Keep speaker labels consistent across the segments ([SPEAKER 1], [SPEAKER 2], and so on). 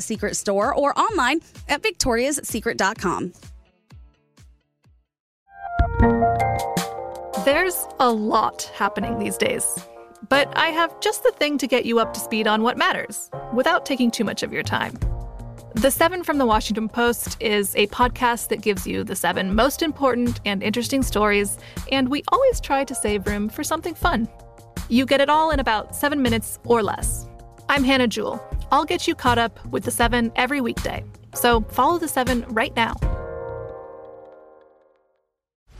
[SPEAKER 1] Secret store or online at victoriassecret.com.
[SPEAKER 2] There's a lot happening these days. But I have just the thing to get you up to speed on what matters without taking too much of your time. The Seven from the Washington Post is a podcast that gives you the seven most important and interesting stories, and we always try to save room for something fun. You get it all in about seven minutes or less. I'm Hannah Jewell. I'll get you caught up with the seven every weekday. So follow the seven right now.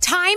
[SPEAKER 3] Time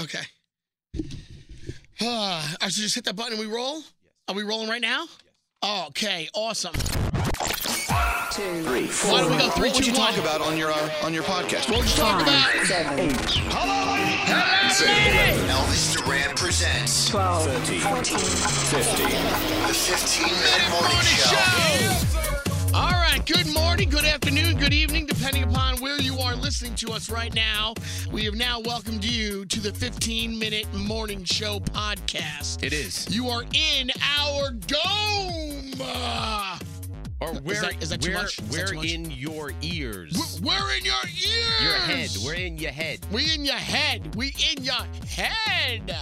[SPEAKER 4] Okay. Ah, I should just hit that button and we roll? Are we rolling right now? Okay, awesome.
[SPEAKER 5] Three, four.
[SPEAKER 4] Why don't we go three,
[SPEAKER 5] What would
[SPEAKER 4] two,
[SPEAKER 5] you talk
[SPEAKER 4] one?
[SPEAKER 5] about on your uh, on your podcast?
[SPEAKER 4] We'll just talk about Hello, ladies. Hello, ladies.
[SPEAKER 5] Elvis Duran presents
[SPEAKER 6] 12,
[SPEAKER 5] 14, 15. The 15 minute morning show.
[SPEAKER 4] Show. All right, good morning, good afternoon, good evening, depending upon where you are listening to us right now. We have now welcomed you to the 15 minute morning show podcast.
[SPEAKER 7] It is.
[SPEAKER 4] You are in our dome. Uh,
[SPEAKER 7] Or where
[SPEAKER 4] Is that- is that too
[SPEAKER 7] where,
[SPEAKER 4] much? Is that
[SPEAKER 7] we're
[SPEAKER 4] too much?
[SPEAKER 7] in your ears.
[SPEAKER 4] We're, we're in your ears.
[SPEAKER 7] your head. We're in your head.
[SPEAKER 4] We in your head. We in your head.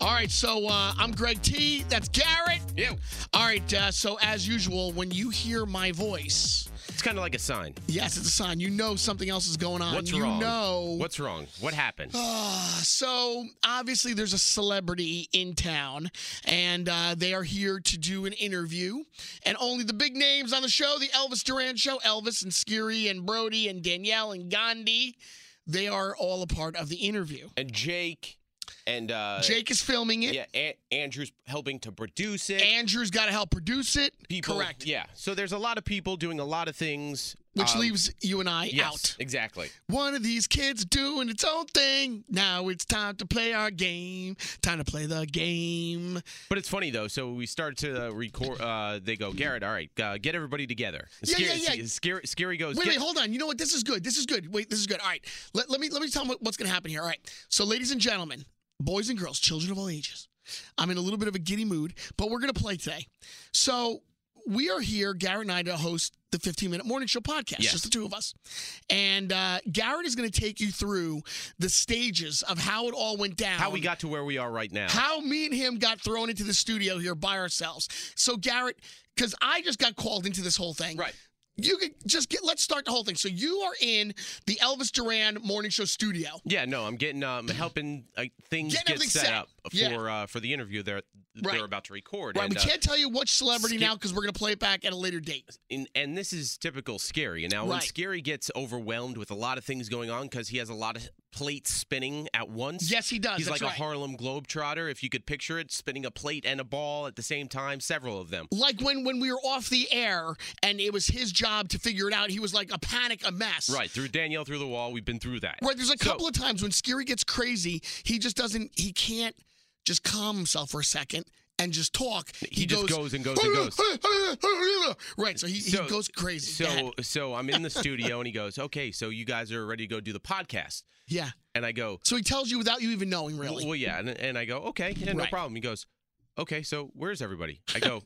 [SPEAKER 4] All right, so uh, I'm Greg T. That's Garrett.
[SPEAKER 7] Ew.
[SPEAKER 4] All right, uh, so as usual, when you hear my voice,
[SPEAKER 7] It's kind of like a sign.
[SPEAKER 4] yes, it's a sign. You know something else is going on.
[SPEAKER 7] What's
[SPEAKER 4] you
[SPEAKER 7] wrong?
[SPEAKER 4] know.
[SPEAKER 7] What's wrong? What happened?
[SPEAKER 4] Ah, so obviously there's a celebrity in town, and uh, they are here to do an interview. And only the big names on the show, the Elvis Duran Show, Elvis and Skiri and Brody and Danielle and Gandhi, they are all a part of the interview.
[SPEAKER 7] and Jake and uh
[SPEAKER 4] Jake is filming it.
[SPEAKER 7] Yeah, An- Andrew's helping to produce it.
[SPEAKER 4] Andrew's got to help produce it.
[SPEAKER 7] people,
[SPEAKER 4] Correct.
[SPEAKER 7] Yeah. So there's a lot of people doing a lot of things.
[SPEAKER 4] Which
[SPEAKER 7] um,
[SPEAKER 4] leaves you and I
[SPEAKER 7] yes,
[SPEAKER 4] out.
[SPEAKER 7] Exactly.
[SPEAKER 4] One of these kids doing its own thing. Now it's time to play our game. Time to play the game.
[SPEAKER 7] But it's funny though. So we start to uh, record. Uh, they go, Garrett. All right, uh, get everybody together.
[SPEAKER 4] Yeah, yeah, yeah.
[SPEAKER 7] Scary, scary goes.
[SPEAKER 4] Wait,
[SPEAKER 7] "Get-
[SPEAKER 4] wait, hold on. You know what? This is good. This is good. Wait, this is good. All right. Let, let me let me tell them what- what's going to happen here. All right. So, ladies and gentlemen, boys and girls, children of all ages, I'm in a little bit of a giddy mood, but we're going to play today. So we are here, Garrett and I, to host the 15 Minute Morning Show podcast,
[SPEAKER 7] Yes.
[SPEAKER 4] just the two of us. And uh, Garrett is going to take you through the stages of how it all went down.
[SPEAKER 7] How we got to where we are right now.
[SPEAKER 4] How me and him got thrown into the studio here by ourselves. So Garrett, because I just got called into this whole thing. Right. You could just get. Let's start the whole thing. So you are in the Elvis Duran Morning Show studio.
[SPEAKER 7] Yeah, no, I'm getting um helping uh, things
[SPEAKER 4] Getting
[SPEAKER 7] get
[SPEAKER 4] everything
[SPEAKER 7] set,
[SPEAKER 4] set.
[SPEAKER 7] up for
[SPEAKER 4] Yeah.
[SPEAKER 7] uh, for the interview they're
[SPEAKER 4] Right.
[SPEAKER 7] they're about to record.
[SPEAKER 4] Right.
[SPEAKER 7] and,
[SPEAKER 4] we
[SPEAKER 7] uh,
[SPEAKER 4] can't tell you which celebrity
[SPEAKER 7] skip-
[SPEAKER 4] now because we're gonna play it back at a later date.
[SPEAKER 7] and, and this is typical scary. Now, when
[SPEAKER 4] Right.
[SPEAKER 7] Scary gets overwhelmed with a lot of things going on because he has a lot of plates spinning at once.
[SPEAKER 4] Yes, he does.
[SPEAKER 7] He's
[SPEAKER 4] That's
[SPEAKER 7] like
[SPEAKER 4] right.
[SPEAKER 7] a Harlem Globetrotter, if you could picture it, spinning a plate and a ball at the same time, several of them.
[SPEAKER 4] Like when when we were off the air and it was his job to figure it out. He was like a panic, a mess.
[SPEAKER 7] Right, through Danielle, through the wall. We've been through that.
[SPEAKER 4] Right. There's a
[SPEAKER 7] So-
[SPEAKER 4] couple of times when Scary gets crazy, he just doesn't. He can't just calm himself for a second and just talk.
[SPEAKER 7] He just goes and goes and goes.
[SPEAKER 4] Right. So he,
[SPEAKER 7] So-
[SPEAKER 4] he goes crazy. Go ahead.
[SPEAKER 7] So, so I'm in the studio, and he goes, "Okay, so you guys are ready to go do the podcast."
[SPEAKER 4] yeah.
[SPEAKER 7] And I go,
[SPEAKER 4] So he tells you without you even knowing, really.
[SPEAKER 7] Well, yeah. And, and I go, okay, yeah, no
[SPEAKER 4] Right.
[SPEAKER 7] problem. He goes, okay, so where's everybody? I go,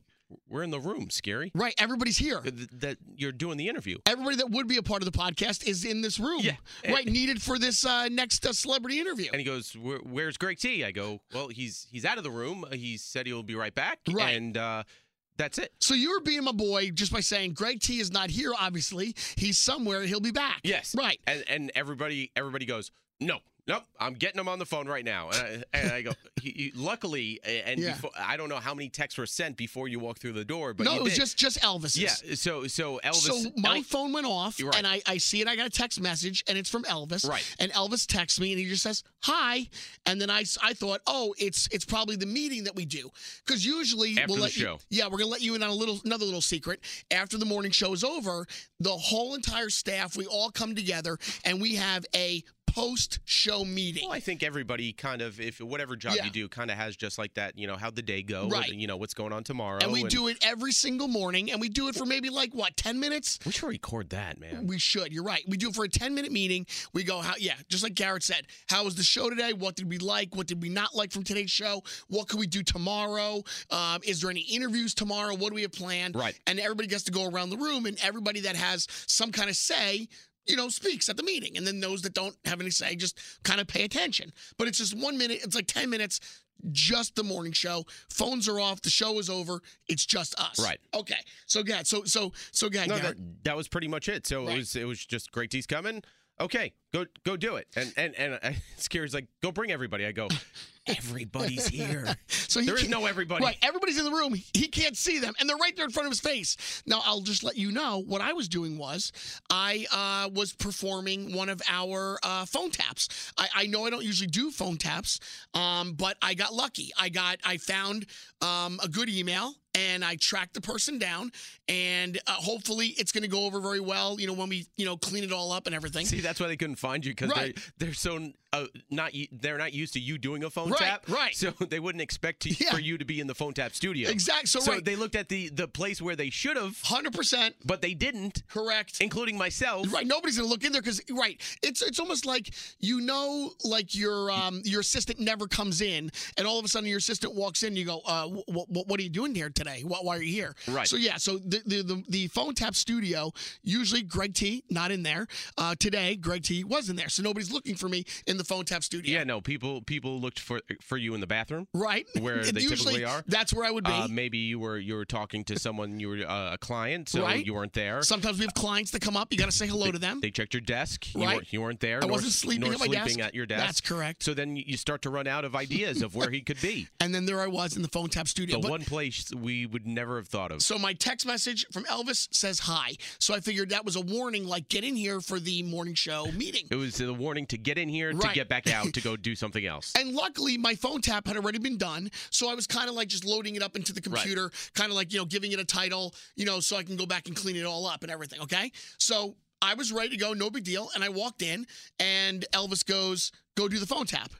[SPEAKER 7] we're in the room, scary.
[SPEAKER 4] Right. Everybody's here.
[SPEAKER 7] Th- that you're doing the interview.
[SPEAKER 4] Everybody that would be a part of the podcast is in this room. Yeah. Right. Needed for this uh, next uh, celebrity interview.
[SPEAKER 7] And he goes, Where, where's Greg T? I go, well, he's he's out of the room. He said he'll be right back.
[SPEAKER 4] Right.
[SPEAKER 7] And uh, that's it.
[SPEAKER 4] So you were being my boy just by saying Greg T is not here. Obviously, he's somewhere. He'll be back.
[SPEAKER 7] Yes.
[SPEAKER 4] Right.
[SPEAKER 7] And and everybody everybody goes, no. Nope, I'm getting him on the phone right now, and I, and I go. He, he- luckily, and
[SPEAKER 4] Yeah.
[SPEAKER 7] before, I don't know how many texts were sent before you walked through the door, but
[SPEAKER 4] no,
[SPEAKER 7] you
[SPEAKER 4] it was
[SPEAKER 7] did.
[SPEAKER 4] just just Elvis's.
[SPEAKER 7] yeah. So so Elvis.
[SPEAKER 4] So my
[SPEAKER 7] El-
[SPEAKER 4] phone went off,
[SPEAKER 7] You're right.
[SPEAKER 4] and I, I see it. I got a text message, and it's from Elvis.
[SPEAKER 7] Right.
[SPEAKER 4] And Elvis texts me, and he just says hi. And then I, s- I thought, oh, it's it's probably the meeting that we do because usually
[SPEAKER 7] After
[SPEAKER 4] we'll
[SPEAKER 7] the
[SPEAKER 4] let
[SPEAKER 7] show.
[SPEAKER 4] you. Yeah, we're gonna let you in on a little another little secret. After the morning show is over, the whole entire staff we all come together and we have a post show meeting.
[SPEAKER 7] Well, I think everybody kind of, if whatever job
[SPEAKER 4] Yeah.
[SPEAKER 7] you do, kind of has just like that. You know, how'd the day go? What-
[SPEAKER 4] Right.
[SPEAKER 7] you know, what's going on tomorrow?
[SPEAKER 4] and we do it every single morning, and we do it for maybe like what ten minutes.
[SPEAKER 7] We should record that, man.
[SPEAKER 4] We should. You're right. We do it for a 10 minute meeting. We go, how, yeah, just like Garrett said, how was the show today? What did we like? What did we not like from today's show? What could we do tomorrow? Um, is there any interviews tomorrow? What do we have planned?
[SPEAKER 7] Right.
[SPEAKER 4] And everybody gets to go around the room, and everybody that has some kind of say, you know, speaks at the meeting. And then those that don't have any say just kind of pay attention. But it's just one minute, it's like 10 minutes. Just the morning show. Phones are off. The show is over. It's just us.
[SPEAKER 7] Right.
[SPEAKER 4] Okay. So, God. So, so, so, God.
[SPEAKER 7] No,
[SPEAKER 4] Garrett.
[SPEAKER 7] that, that was pretty much it. So it was, it was just great. T's coming. Okay, go go do it. And and and I, Scary's like, go bring everybody. I go, everybody's here.
[SPEAKER 4] So he
[SPEAKER 7] there is
[SPEAKER 4] can't-
[SPEAKER 7] no everybody.
[SPEAKER 4] Right, everybody's in the room. He can't see them, and they're right there in front of his face. Now, I'll just let you know what I was doing was I uh, was performing one of our uh, phone taps. I, I know I don't usually do phone taps, um, but I got lucky. I got I found um, a good email. And I tracked the person down, and uh, hopefully it's going to go over very well. You know when we you know clean it all up and everything.
[SPEAKER 7] See, that's why they couldn't find you because
[SPEAKER 4] Right.
[SPEAKER 7] they're they're so uh, not u- they're not used to you doing a phone
[SPEAKER 4] Right,
[SPEAKER 7] tap.
[SPEAKER 4] right.
[SPEAKER 7] So they wouldn't expect to, for you to be in the phone tap studio.
[SPEAKER 4] Exact- so right.
[SPEAKER 7] they looked at the the place where they should have.
[SPEAKER 4] Hundred percent.
[SPEAKER 7] But they didn't.
[SPEAKER 4] Correct.
[SPEAKER 7] Including myself.
[SPEAKER 4] Right. Nobody's gonna look in there because right. It's it's almost like you know, like your um your assistant never comes in, and all of a sudden your assistant walks in. And you go, uh, wh- wh- what are you doing here today? Why, why are you here?
[SPEAKER 7] Right.
[SPEAKER 4] So yeah. So the the the, the phone tap studio usually Greg T not in there. Uh, today Greg T was in there, so nobody's looking for me in the phone tap studio.
[SPEAKER 7] Yeah, no. People people looked for for you in the bathroom.
[SPEAKER 4] Right.
[SPEAKER 7] Where
[SPEAKER 4] And
[SPEAKER 7] they
[SPEAKER 4] usually
[SPEAKER 7] typically are.
[SPEAKER 4] that's where I would be.
[SPEAKER 7] Uh, maybe you were you were talking to someone, you were uh, a client, so
[SPEAKER 4] Right.
[SPEAKER 7] you weren't there.
[SPEAKER 4] Sometimes we have clients that come up. You got to say hello
[SPEAKER 7] they,
[SPEAKER 4] to them.
[SPEAKER 7] They checked your desk. You,
[SPEAKER 4] Right.
[SPEAKER 7] weren't, you weren't there.
[SPEAKER 4] I wasn't
[SPEAKER 7] nor,
[SPEAKER 4] sleeping
[SPEAKER 7] nor
[SPEAKER 4] at my
[SPEAKER 7] sleeping
[SPEAKER 4] desk.
[SPEAKER 7] at your desk.
[SPEAKER 4] That's correct.
[SPEAKER 7] So then you start to run out of ideas of where he could be.
[SPEAKER 4] and then there I was in the phone tap studio.
[SPEAKER 7] The
[SPEAKER 4] But-
[SPEAKER 7] one place we would never have thought of.
[SPEAKER 4] So my text message from Elvis says hi. So I figured that was a warning, like get in here for the morning show meeting.
[SPEAKER 7] it was the warning to get in here,
[SPEAKER 4] Right.
[SPEAKER 7] to get back out, to go do something else.
[SPEAKER 4] And luckily, my phone tap had already been done, so I was kind of like just loading it up into the computer, kind of like you know giving it a title, you know, so I can go back and clean it all up and everything. Okay, so I was ready to go, no big deal. And I walked in, and Elvis goes, "Go do the phone tap."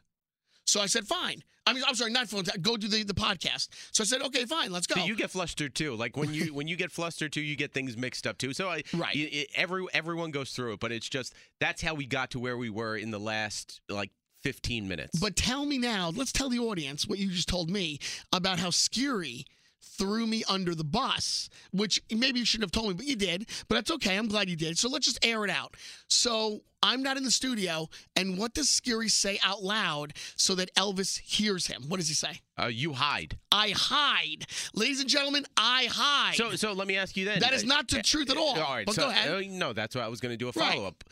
[SPEAKER 4] So I said, "Fine." I mean, I'm sorry, not phone tap. Go do the the podcast. So I said, "Okay, fine, let's go."
[SPEAKER 7] See, you get flustered too. Like when you when you get flustered too, you get things mixed up too. So I right. every everyone goes through it, but it's just that's how we got to where we were in the last like 15 minutes.
[SPEAKER 4] But tell me now, let's tell the audience what you just told me about how Skiri threw me under the bus, which maybe you shouldn't have told me, but you did. But that's okay. I'm glad you did. So let's just air it out. So I'm not in the studio, and what does Skiri say out loud so that Elvis hears him? What does he say?
[SPEAKER 7] Uh, you hide.
[SPEAKER 4] I hide. Ladies and gentlemen, I hide.
[SPEAKER 7] So, so let me ask you then.
[SPEAKER 4] that is not the truth at all.
[SPEAKER 7] All right.
[SPEAKER 4] but
[SPEAKER 7] eh, so,
[SPEAKER 4] go ahead.
[SPEAKER 7] uh, No, that's what I was going to do a
[SPEAKER 4] Right.
[SPEAKER 7] follow up.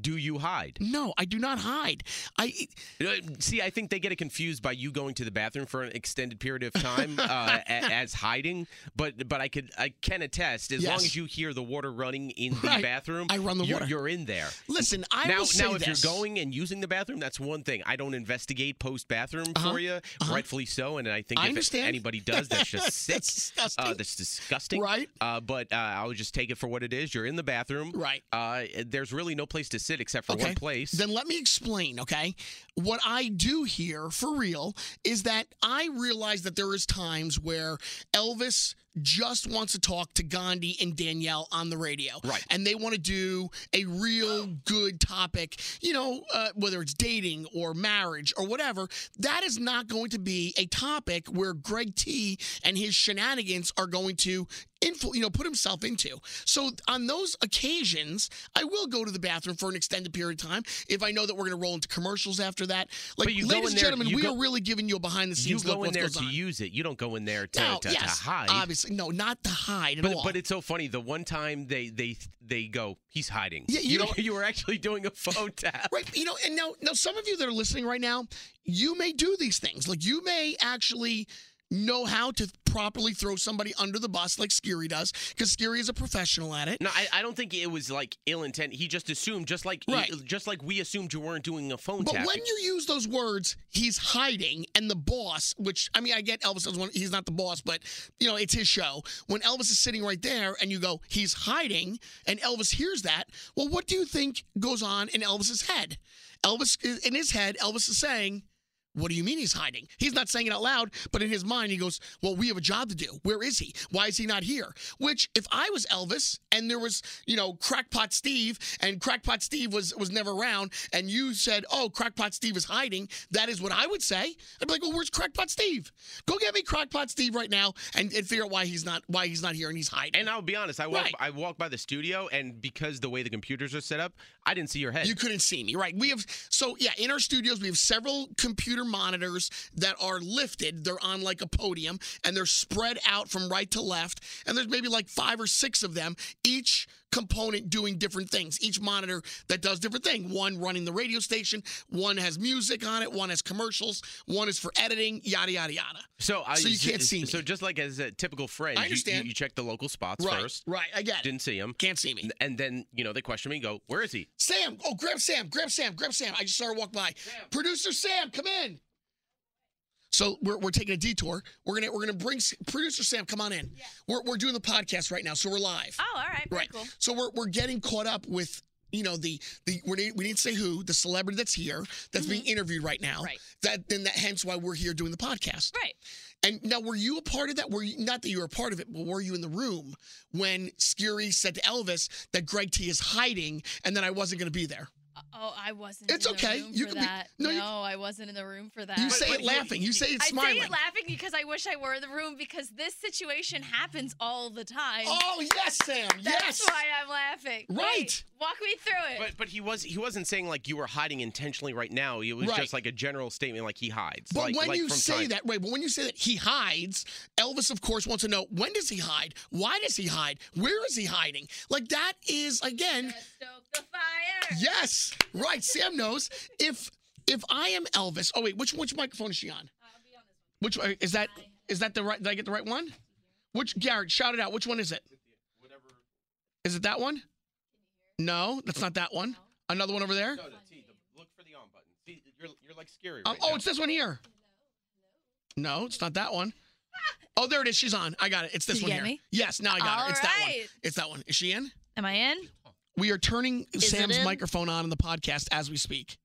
[SPEAKER 7] Do you hide?
[SPEAKER 4] no, I do not hide. I
[SPEAKER 7] Uh, See, I think they get it confused by you going to the bathroom for an extended period of time uh, a- as hiding. But but I could I can attest as long
[SPEAKER 4] Yes.
[SPEAKER 7] as you hear the water running in the
[SPEAKER 4] Right.
[SPEAKER 7] bathroom,
[SPEAKER 4] I run the
[SPEAKER 7] you're,
[SPEAKER 4] water.
[SPEAKER 7] You're in there.
[SPEAKER 4] listen. I
[SPEAKER 7] now
[SPEAKER 4] will say
[SPEAKER 7] now if
[SPEAKER 4] this.
[SPEAKER 7] you're going and using the bathroom, that's one thing. I don't investigate post bathroom
[SPEAKER 4] Uh-huh.
[SPEAKER 7] for you, rightfully so. And I think
[SPEAKER 4] I
[SPEAKER 7] if
[SPEAKER 4] understand.
[SPEAKER 7] anybody does, that's just sick.
[SPEAKER 4] That's disgusting.
[SPEAKER 7] Uh, that's disgusting.
[SPEAKER 4] Right.
[SPEAKER 7] Uh, but uh, I would just take it for what it is. You're in the bathroom.
[SPEAKER 4] Right.
[SPEAKER 7] Uh, there's really no place to sit except for one place.
[SPEAKER 4] Then let me explain, okay? What I do here for real is that I realize that there is times where Elvis just wants to talk to Gandhi and Danielle on the radio.
[SPEAKER 7] Right.
[SPEAKER 4] And they want to do a real good topic, you know, uh, whether it's dating or marriage or whatever. That is not going to be a topic where Greg T and his shenanigans are going to influ- you know, put himself into. So on those occasions, I will go to the bathroom for an extended period of time if I know that we're going to roll into commercials after that. Like,
[SPEAKER 7] But you go
[SPEAKER 4] ladies
[SPEAKER 7] in
[SPEAKER 4] and
[SPEAKER 7] there-
[SPEAKER 4] gentlemen,
[SPEAKER 7] you
[SPEAKER 4] we
[SPEAKER 7] go-
[SPEAKER 4] are really giving you a behind the
[SPEAKER 7] you
[SPEAKER 4] scenes look
[SPEAKER 7] go in
[SPEAKER 4] what
[SPEAKER 7] there
[SPEAKER 4] goes
[SPEAKER 7] to
[SPEAKER 4] on.
[SPEAKER 7] use it. You don't go in there to,
[SPEAKER 4] no,
[SPEAKER 7] to,
[SPEAKER 4] yes,
[SPEAKER 7] to hide.
[SPEAKER 4] obviously, no, not to hide at
[SPEAKER 7] But,
[SPEAKER 4] all.
[SPEAKER 7] but it's so funny. The one time they they they go, he's hiding.
[SPEAKER 4] Yeah, you
[SPEAKER 7] you,
[SPEAKER 4] know-
[SPEAKER 7] you were actually doing a phone tap.
[SPEAKER 4] Right, you know, and now, now some of you that are listening right now, you may do these things. Like you may actually know how to properly throw somebody under the bus, like Skiri does, because Skiri is a professional at it.
[SPEAKER 7] No, I, I don't think it was like ill intent. He just assumed, just like
[SPEAKER 4] Right.
[SPEAKER 7] just like we assumed you weren't doing a phone
[SPEAKER 4] But
[SPEAKER 7] tap.
[SPEAKER 4] when you use those words, he's hiding, and the boss, which I mean, I get Elvis doesn't want, he's not the boss, but you know, it's his show. When Elvis is sitting right there, and you go, he's hiding, and Elvis hears that. Well, what do you think goes on in Elvis's head? Elvis, in his head, Elvis is saying, What do you mean he's hiding? He's not saying it out loud, but in his mind, he goes, Well, we have a job to do. Where is he? Why is he not here? Which, if I was Elvis and there was, you know, Crackpot Steve and Crackpot Steve was, was never around and you said, Oh, Crackpot Steve is hiding, that is what I would say. I'd be like, Well, where's Crackpot Steve? Go get me Crackpot Steve right now and, and figure out why he's not why he's not here and he's hiding.
[SPEAKER 7] and I'll be honest, I walk
[SPEAKER 4] Right.
[SPEAKER 7] I walk by the studio, and because the way the computers are set up, I didn't see your head.
[SPEAKER 4] You couldn't see me, right? We have so yeah. In our studios, we have several computer monitors that are lifted. They're on like a podium, and they're spread out from right to left. And there's maybe like five or six of them, each component doing different things. Each monitor that does different thing. One running the radio station. One has music on it. One has commercials. One is for editing. Yada yada yada.
[SPEAKER 7] so I,
[SPEAKER 4] so you can't see me.
[SPEAKER 7] So just like as a typical friend,
[SPEAKER 4] I
[SPEAKER 7] you- You,
[SPEAKER 4] understand.
[SPEAKER 7] you check the local spots
[SPEAKER 4] right,
[SPEAKER 7] first.
[SPEAKER 4] right. I get it.
[SPEAKER 7] Didn't see him.
[SPEAKER 4] Can't see me.
[SPEAKER 7] And then you know they question me, and go, where is he?
[SPEAKER 4] Sam, oh grab Sam, grab Sam, grab Sam. I just saw her walk by. Producer Sam, come in. So we're, we're taking a detour. We're gonna we're gonna bring S- producer Sam. Come on in. We're we're doing the podcast right now, so we're live.
[SPEAKER 8] Oh, all right. Very
[SPEAKER 4] right.
[SPEAKER 8] cool.
[SPEAKER 4] So we're we're getting caught up with you know the the we didn't, we didn't say who the celebrity that's here that's being interviewed right now.
[SPEAKER 8] Mm-hmm. Right.
[SPEAKER 4] That then that hence why we're here doing the podcast.
[SPEAKER 8] Right.
[SPEAKER 4] And now, were you a part of that? Were you not that you were a part of it, but were you in the room when Skiri said to Elvis that Greg T is hiding and that I wasn't going to be there?
[SPEAKER 8] Oh, I wasn't.
[SPEAKER 4] It's
[SPEAKER 8] in the
[SPEAKER 4] okay.
[SPEAKER 8] Room
[SPEAKER 4] You
[SPEAKER 8] for
[SPEAKER 4] can be-
[SPEAKER 8] that.
[SPEAKER 4] no, you-
[SPEAKER 8] no, I wasn't in the room for that.
[SPEAKER 4] You say it laughing. You say it
[SPEAKER 8] I
[SPEAKER 4] smiling.
[SPEAKER 8] say it laughing because I wish I were in the room because this situation happens all the time.
[SPEAKER 4] Oh yes, Sam.
[SPEAKER 8] That's
[SPEAKER 4] yes.
[SPEAKER 8] why I'm laughing. Wait,
[SPEAKER 4] Right.
[SPEAKER 8] walk me through it.
[SPEAKER 7] But but he was he wasn't saying like you were hiding intentionally right now. It was
[SPEAKER 4] Right.
[SPEAKER 7] just like a general statement like he hides.
[SPEAKER 4] But
[SPEAKER 7] like,
[SPEAKER 4] when
[SPEAKER 7] like
[SPEAKER 4] you
[SPEAKER 7] from
[SPEAKER 4] say
[SPEAKER 7] time-
[SPEAKER 4] that, right? But when you say that he hides, Elvis, of course, wants to know when does he hide? Why does he hide? Where is he hiding? Like that is again.
[SPEAKER 8] Stoke the fire.
[SPEAKER 4] Yes, right. Sam knows. If if I am Elvis, oh wait, which which microphone is she on? Which uh, is that? Is that the right? Did I get the right one? Which Garrett? Shout it out. Which one is it? Is it that one? No, that's not that one. Another one over there.
[SPEAKER 7] No, no, see, the- look for the on button. See, you're, you're like scary.
[SPEAKER 4] Um,
[SPEAKER 7] right
[SPEAKER 4] oh,
[SPEAKER 7] now.
[SPEAKER 4] it's this one here. No, it's not that one. Oh, there it is. She's on. I got it. It's this
[SPEAKER 8] Did you
[SPEAKER 4] one
[SPEAKER 8] get
[SPEAKER 4] here.
[SPEAKER 8] me?
[SPEAKER 4] Yes, now I got
[SPEAKER 8] All
[SPEAKER 4] it. It's that one.
[SPEAKER 8] right.
[SPEAKER 4] It's that one. Is she in?
[SPEAKER 8] Am I in?
[SPEAKER 4] We are turning
[SPEAKER 8] Is it
[SPEAKER 4] Sam's
[SPEAKER 8] in?
[SPEAKER 4] microphone on in the podcast as we speak.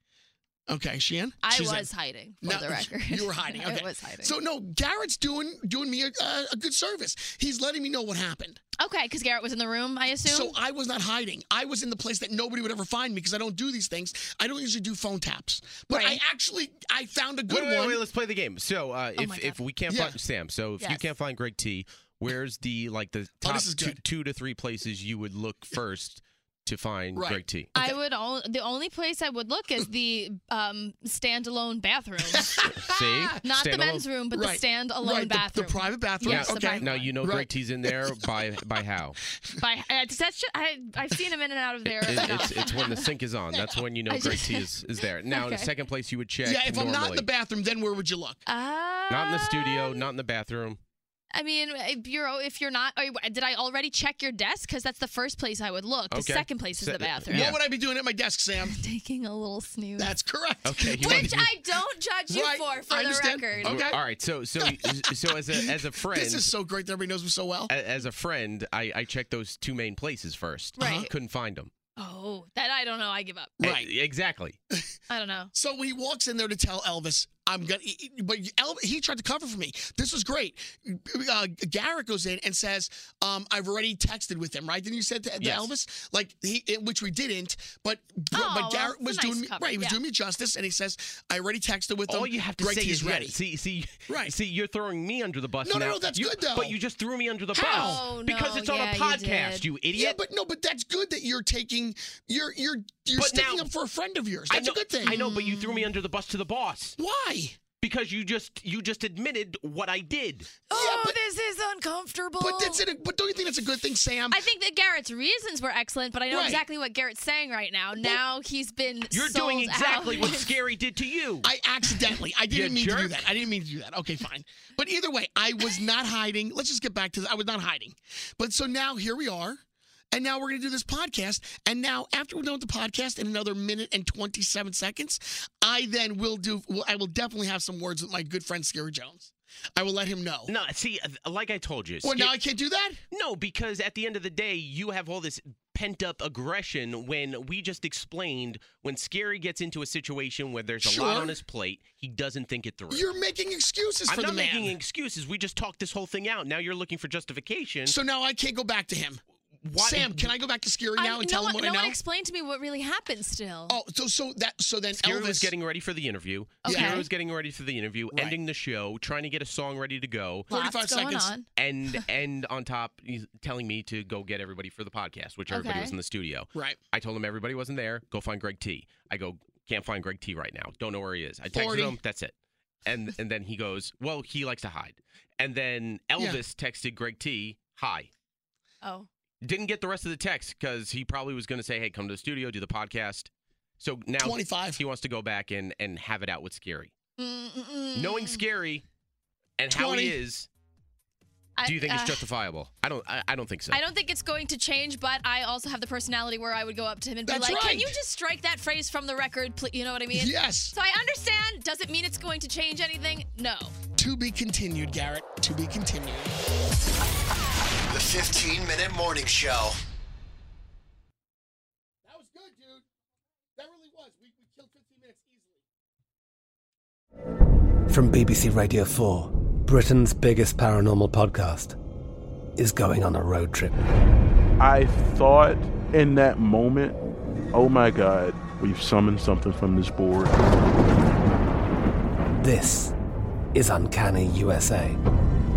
[SPEAKER 4] Okay, Shan.
[SPEAKER 8] I
[SPEAKER 4] She's
[SPEAKER 8] was hiding, for the record.
[SPEAKER 4] You were hiding.
[SPEAKER 8] I
[SPEAKER 4] Okay.
[SPEAKER 8] was hiding.
[SPEAKER 4] So no, Garrett's doing doing me a, uh, a good service. He's letting me know what happened.
[SPEAKER 8] Okay, because Garrett was in the room, I assume.
[SPEAKER 4] So I was not hiding. I was in the place that nobody would ever find me because I don't do these things. I don't usually do phone taps. But I actually I found a good
[SPEAKER 7] wait, wait,
[SPEAKER 4] one.
[SPEAKER 7] Wait, let's play the game. So uh,
[SPEAKER 4] Oh my
[SPEAKER 7] if if we can't
[SPEAKER 4] Yeah.
[SPEAKER 7] find Sam, so Oh, if you
[SPEAKER 4] Yes.
[SPEAKER 7] can't find Greg T, where's the like the
[SPEAKER 4] Oh,
[SPEAKER 7] top
[SPEAKER 4] this
[SPEAKER 7] two
[SPEAKER 4] is good.
[SPEAKER 7] two to three places you would look first to find
[SPEAKER 8] Right.
[SPEAKER 7] Greg T?
[SPEAKER 8] I would only the only place I would look is the um, standalone bathroom,
[SPEAKER 7] See,
[SPEAKER 8] not the
[SPEAKER 7] Standalone-
[SPEAKER 8] men's room, but
[SPEAKER 4] Right.
[SPEAKER 8] the standalone
[SPEAKER 4] Right, the- the
[SPEAKER 8] bathroom.
[SPEAKER 4] private bathroom.
[SPEAKER 8] Yes, the
[SPEAKER 7] Now,
[SPEAKER 8] okay.
[SPEAKER 7] now you know Greg
[SPEAKER 4] Right.
[SPEAKER 7] T's in there by by how?
[SPEAKER 8] By, I, that's just, I, I've seen him in and out of there.
[SPEAKER 7] It-
[SPEAKER 8] enough.
[SPEAKER 7] it's, it's when the sink is on. That's when you know
[SPEAKER 8] I
[SPEAKER 7] Greg
[SPEAKER 8] just-
[SPEAKER 7] T is, is there. Now, the
[SPEAKER 8] Okay.
[SPEAKER 7] second place you would check.
[SPEAKER 4] yeah, if I'm
[SPEAKER 7] normally.
[SPEAKER 4] not in the bathroom, then where would you look?
[SPEAKER 8] Uh,
[SPEAKER 7] Not in the studio, not in the bathroom.
[SPEAKER 8] I mean, if you're if you're not, oh, did I already check your desk? Because that's the first place I would look. The
[SPEAKER 7] Okay.
[SPEAKER 8] second place is
[SPEAKER 7] So-
[SPEAKER 8] the bathroom.
[SPEAKER 7] yeah.
[SPEAKER 4] What would I be doing at my desk, Sam?
[SPEAKER 8] Taking a little snooze.
[SPEAKER 4] That's correct.
[SPEAKER 7] Okay. he
[SPEAKER 8] Which
[SPEAKER 7] went-
[SPEAKER 8] I don't judge you
[SPEAKER 4] Right,
[SPEAKER 8] for, for
[SPEAKER 4] I
[SPEAKER 8] the
[SPEAKER 4] understand.
[SPEAKER 8] record.
[SPEAKER 4] Okay.
[SPEAKER 7] All right. So so so as a as a friend.
[SPEAKER 4] This is so great that everybody knows me so well.
[SPEAKER 7] a- as a friend, I, I checked those two main places first. Uh-huh.
[SPEAKER 8] Right.
[SPEAKER 7] Couldn't find them.
[SPEAKER 8] Oh, that I don't know. I give up.
[SPEAKER 4] Right.
[SPEAKER 7] exactly.
[SPEAKER 8] I don't know.
[SPEAKER 4] So he walks in there to tell Elvis, "I'm gonna," e, but El- he tried to cover for me. This was great. Uh, Garrett goes in and says, um, "I've already texted with him, right?" Then you said to, to
[SPEAKER 7] Yes.
[SPEAKER 4] Elvis, like he, which we didn't, but
[SPEAKER 8] Oh,
[SPEAKER 4] but
[SPEAKER 8] well,
[SPEAKER 4] Garrett
[SPEAKER 8] it's a
[SPEAKER 4] was
[SPEAKER 8] nice
[SPEAKER 4] doing me,
[SPEAKER 8] cover,
[SPEAKER 4] right. He was
[SPEAKER 8] yeah.
[SPEAKER 4] doing me justice, and he says, "I already texted with him."
[SPEAKER 7] All you have to
[SPEAKER 4] Greg
[SPEAKER 7] say
[SPEAKER 4] T
[SPEAKER 7] is
[SPEAKER 4] is
[SPEAKER 7] yes.
[SPEAKER 4] ready.
[SPEAKER 7] See, see,
[SPEAKER 4] Right.
[SPEAKER 7] see, you're throwing me under the bus.
[SPEAKER 4] No, no,
[SPEAKER 7] now.
[SPEAKER 4] no, that's
[SPEAKER 7] You-
[SPEAKER 4] good, though.
[SPEAKER 7] But you just threw me under the bus
[SPEAKER 8] How? Oh,
[SPEAKER 7] because
[SPEAKER 8] no,
[SPEAKER 7] it's on
[SPEAKER 8] yeah,
[SPEAKER 7] a
[SPEAKER 8] you
[SPEAKER 7] podcast.
[SPEAKER 8] did.
[SPEAKER 7] You, idiot.
[SPEAKER 4] Yeah, but no, but that's good that you're taking you're you're you're
[SPEAKER 7] But
[SPEAKER 4] sticking
[SPEAKER 7] now-
[SPEAKER 4] up for a friend of yours.
[SPEAKER 7] I
[SPEAKER 4] That's
[SPEAKER 7] know,
[SPEAKER 4] a good thing.
[SPEAKER 7] I know, but you threw me under the bus to the boss
[SPEAKER 4] Why?
[SPEAKER 7] because you just you just admitted what I did.
[SPEAKER 8] Oh,
[SPEAKER 4] but-
[SPEAKER 8] this is uncomfortable.
[SPEAKER 4] But that's
[SPEAKER 7] Oh.
[SPEAKER 4] it. But don't you think that's a good thing, Sam?
[SPEAKER 8] I think that Garrett's reasons were excellent, but I know
[SPEAKER 4] Right.
[SPEAKER 8] exactly what Garrett's saying right now. Now Oh, he's been
[SPEAKER 7] You're
[SPEAKER 8] sold
[SPEAKER 7] doing exactly
[SPEAKER 8] out.
[SPEAKER 7] what Scary did to you.
[SPEAKER 4] I accidentally. I didn't
[SPEAKER 7] You
[SPEAKER 4] mean to do
[SPEAKER 7] jerk.
[SPEAKER 4] that. I didn't mean to do that. Okay, fine. But either way, I was not hiding. Let's just get back to this. I was not hiding. But so now here we are. And now we're going to do this podcast. And now after we're done with the podcast in another minute and 27 seconds, I then will do well, I will definitely have some words with my good friend Scary Jones. I will let him know.
[SPEAKER 7] no, see, uh, like I told you.
[SPEAKER 4] Well,
[SPEAKER 7] Sca-
[SPEAKER 4] now I can't do that?
[SPEAKER 7] No, because at the end of the day, you have all this pent up aggression when we just explained when Scary gets into a situation where there's a lot
[SPEAKER 4] Sure.
[SPEAKER 7] on his plate, he doesn't think it through.
[SPEAKER 4] You're making excuses
[SPEAKER 7] I'm
[SPEAKER 4] for
[SPEAKER 7] not
[SPEAKER 4] the man.
[SPEAKER 7] making excuses. We just talked this whole thing out. Now you're looking for justification.
[SPEAKER 4] so now I can't go back to him.
[SPEAKER 7] Why-
[SPEAKER 4] Sam, can I go back to Scary now
[SPEAKER 8] I-
[SPEAKER 4] and
[SPEAKER 8] Um, no
[SPEAKER 4] tell
[SPEAKER 8] one,
[SPEAKER 4] him what
[SPEAKER 8] no
[SPEAKER 4] I know?
[SPEAKER 8] one explained to me what really happened. Still,
[SPEAKER 4] oh, so so that so then
[SPEAKER 7] Scary
[SPEAKER 4] Elvis
[SPEAKER 7] was getting ready for the interview.
[SPEAKER 8] Okay.
[SPEAKER 7] Scary was getting ready for the interview,
[SPEAKER 4] Right.
[SPEAKER 7] ending the show, trying to get a song ready to go.
[SPEAKER 8] Lots
[SPEAKER 4] 45
[SPEAKER 8] going
[SPEAKER 4] seconds.
[SPEAKER 8] on.
[SPEAKER 7] And and on top, he's telling me to go get everybody for the podcast, which everybody
[SPEAKER 8] Okay.
[SPEAKER 7] was in the studio.
[SPEAKER 4] Right.
[SPEAKER 7] I told him everybody wasn't there. Go find Greg T. I go can't find Greg T right now. Don't know where he is. I texted
[SPEAKER 4] 40.
[SPEAKER 7] him. That's it. And and then he goes, well, he likes to hide. And then Elvis texted Greg T. Hi.
[SPEAKER 8] Oh,
[SPEAKER 7] Didn't get the rest of the text because he probably was going to say, hey, come to the studio, do the podcast. So now
[SPEAKER 4] 25.
[SPEAKER 7] he wants to go back and and have it out with Scary,
[SPEAKER 8] Mm-mm-mm.
[SPEAKER 7] knowing Scary and how
[SPEAKER 4] 20.
[SPEAKER 7] he is.
[SPEAKER 8] I-
[SPEAKER 7] Do you think it's
[SPEAKER 8] uh,
[SPEAKER 7] justifiable? I don't. I, I don't think so.
[SPEAKER 8] I don't think it's going to change, but I also have the personality where I would go up to him and be
[SPEAKER 4] That's
[SPEAKER 8] like,
[SPEAKER 4] right.
[SPEAKER 8] "Can you just strike that phrase from the record, please?" You know what I mean?
[SPEAKER 4] Yes.
[SPEAKER 8] So I understand. Does it mean it's going to change anything? No.
[SPEAKER 4] To be continued, Garrett. To be continued.
[SPEAKER 5] The 15 minute morning show.
[SPEAKER 4] That was good, dude. That really was. We, we killed 15 minutes easily.
[SPEAKER 9] From BBC Radio 4, Britain's biggest paranormal podcast is going on a road trip.
[SPEAKER 10] I thought in that moment, oh my God, we've summoned something from this board.
[SPEAKER 9] This is Uncanny USA.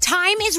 [SPEAKER 3] Time is